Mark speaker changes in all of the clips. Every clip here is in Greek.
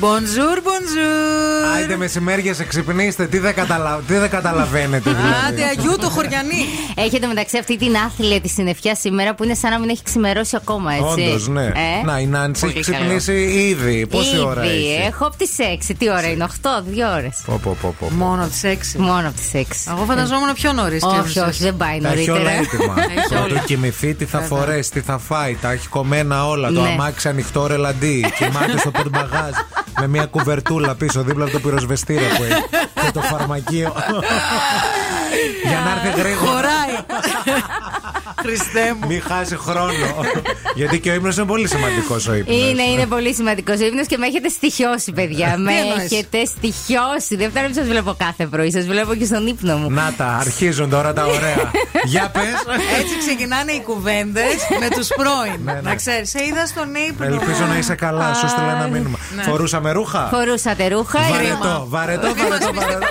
Speaker 1: Bonjour, bonjour.
Speaker 2: Άιντε μεσημέρια, σε ξυπνήστε. Τι δεν, καταλα... τι δεν καταλαβαίνετε, δηλαδή.
Speaker 1: Άντε, αγιού το χωριανή.
Speaker 3: Έχετε μεταξύ αυτή την άθλια της συννεφιά σήμερα που είναι σαν να μην έχει ξημερώσει ακόμα, έτσι.
Speaker 2: Όντως, ναι.
Speaker 3: Ε?
Speaker 2: Να, η Νάντση
Speaker 3: Πολύ
Speaker 2: έχει
Speaker 3: καλό.
Speaker 2: ξυπνήσει ήδη. Πόση
Speaker 3: Ήδη,
Speaker 2: ώρα έχει.
Speaker 3: Έχω από τις 6. Τι ώρα είναι, 8, δύο ώρες.
Speaker 2: Πω, πω, πω, πω.
Speaker 1: Μόνο τι 6.
Speaker 3: Μόνο από τις 6.
Speaker 1: Εγώ φανταζόμουν πιο νωρίς.
Speaker 3: Όχι, όχι, δεν πάει
Speaker 2: Τα έχει όλα
Speaker 3: νωρίτερα.
Speaker 2: έτοιμα.
Speaker 1: Έχει
Speaker 2: Θα
Speaker 1: όλα.
Speaker 2: το κοιμηθεί, τι θα φορέσει, τι θα φάει. Τα έχει κομμένα όλα. Το
Speaker 3: Ναι.
Speaker 2: αμάξι ανοιχτό ρελαντί. Κοιμάται στο πορτμπαγάζ με μια κουβερτούλα πίσω δίπλα από το πυροσβεστήρα που έχει. Και το φαρμακείο. Για να έρθει γρήγορα.
Speaker 1: Χωράει. Χριστέ μου.
Speaker 2: Μην χάσει χρόνο. Γιατί και ο ύπνος είναι πολύ σημαντικός ο ύπνος.
Speaker 3: Είναι, είναι πολύ σημαντικός ο ύπνος και με έχετε στοιχειώσει, παιδιά. με
Speaker 1: εννοείς?
Speaker 3: έχετε στοιχειώσει. Δεν φτάνει που σας βλέπω κάθε πρωί, σας βλέπω και στον ύπνο μου.
Speaker 2: Να τα, αρχίζουν τώρα τα ωραία. Για πες.
Speaker 1: Έτσι ξεκινάνε οι κουβέντες με τους
Speaker 2: Ναι, ναι.
Speaker 1: πρώην. Να ξέρεις, σε είδα στον ύπνο.
Speaker 2: Ελπίζω να είσαι καλά. Σου στείλα ένα μήνυμα.
Speaker 1: Ναι.
Speaker 2: Φορούσαμε ρούχα.
Speaker 3: Φορούσατε ρούχα,
Speaker 2: Βαρετό, βαρετό,
Speaker 1: Κρίμα,
Speaker 2: βαρετό,
Speaker 1: κρίμα.
Speaker 2: βαρετό.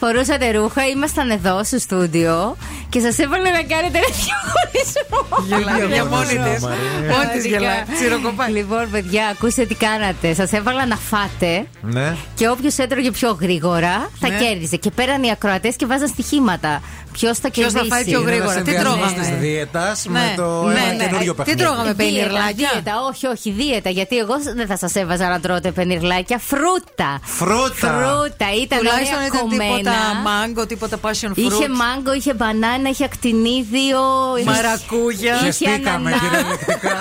Speaker 3: φορούσατε ρούχα, ήμασταν εδώ στο στούντιο και σας έβαλε να κάνετε ένα διαγωνισμό.
Speaker 1: Γελάει,
Speaker 2: Για
Speaker 1: Δηλαδή, για μόνη
Speaker 2: μόνη
Speaker 1: τη.
Speaker 2: σου, Μαρία.
Speaker 1: Μόνη της γελάει.
Speaker 3: Πραγματικά.
Speaker 1: Τσιροκοπάει.
Speaker 3: Λοιπόν, παιδιά, ακούστε τι κάνατε. Σας έβαλα να φάτε
Speaker 2: Ναι.
Speaker 3: και όποιος έτρωγε πιο γρήγορα θα
Speaker 1: Ναι.
Speaker 3: κέρδιζε. Και πέραν οι ακροατές και βάζαν στοιχήματα. Ποιος θα
Speaker 1: Ποιος
Speaker 3: κερδίσει.
Speaker 1: θα φάει πιο γρήγορα.
Speaker 2: Ένα
Speaker 1: Τι
Speaker 2: συνδυασμός
Speaker 1: τρώγαμε?
Speaker 2: της δίαιτας
Speaker 1: Ναι,
Speaker 2: με το
Speaker 1: ναι,
Speaker 2: ένα
Speaker 1: ναι.
Speaker 2: καινούριο
Speaker 1: Τι
Speaker 2: παιχνίδι.
Speaker 1: τρώγαμε? Με πενιρλάκια?
Speaker 3: Ε, δίαιτα, όχι, όχι, δίαιτα. Γιατί εγώ δεν θα σας έβαζα να τρώτε πενιρλάκια. Φρούτα.
Speaker 2: Φρούτα.
Speaker 3: Φρούτα. Ήταν
Speaker 1: Τουλάχιστον
Speaker 3: όλα
Speaker 1: ήταν τίποτα
Speaker 3: κομμένα.
Speaker 1: μάγκο, τίποτα passion fruit.
Speaker 3: Είχε μάγκο, είχε μπανάνα, είχε ακτινίδιο. είχε-
Speaker 1: Μαρακούγια.
Speaker 3: Είχε
Speaker 2: Ζεστήκαμε
Speaker 3: ανανά.
Speaker 2: κυριολεκτικά.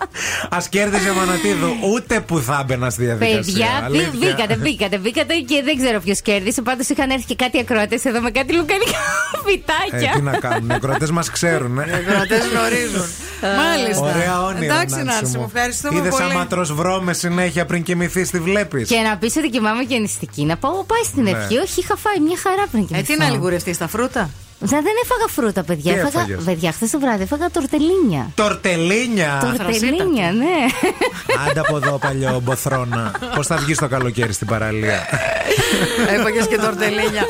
Speaker 2: Ας κέρδιζε Μανατίδου. Ούτε που θα μπαίνα στη διαδικασία.
Speaker 3: Παιδιά,
Speaker 2: αλήθεια.
Speaker 3: μπή- μπήκατε, μπήκατε, μπήκατε και δεν ξέρω ποιος κέρδισε. Πάντως είχαν έρθει και κάτι ακροατές εδώ με κάτι λουκανικά
Speaker 2: Ε, τι
Speaker 3: φυτάκια.
Speaker 2: να κάνουν, οι κρατέ μας ξέρουν. ε.
Speaker 1: Κρατέ γνωρίζουν. Μάλιστα.
Speaker 2: Ωραία όνειρα.
Speaker 1: Εντάξει, Νάνση, μου ευχαριστούμε
Speaker 2: Είδες
Speaker 1: πολύ.
Speaker 2: άμα τρως βρώμες συνέχεια πριν κοιμηθεί, τη βλέπεις.
Speaker 3: Και να πεις ότι κοιμάμαι και νηστική. Να πάω, πάει στην
Speaker 2: Ναι.
Speaker 3: ευχή. Όχι, είχα φάει μια χαρά πριν
Speaker 1: Ε,
Speaker 3: κοιμηθώ.
Speaker 1: τι να λιγουρευτείς τα φρούτα.
Speaker 3: Δεν δεν έφαγα φρούτα, παιδιά.
Speaker 2: Τι
Speaker 3: Έφαγα,
Speaker 2: έφαγες?
Speaker 3: παιδιά, χθες το βράδυ έφαγα τορτελίνια.
Speaker 2: Τορτελίνια!
Speaker 3: Τορτελίνια, ναι.
Speaker 2: Άντα από εδώ, παλιό μποθρόνα. Πώς θα βγεις το καλοκαίρι στην παραλία.
Speaker 1: Έφαγες και τορτελίνια.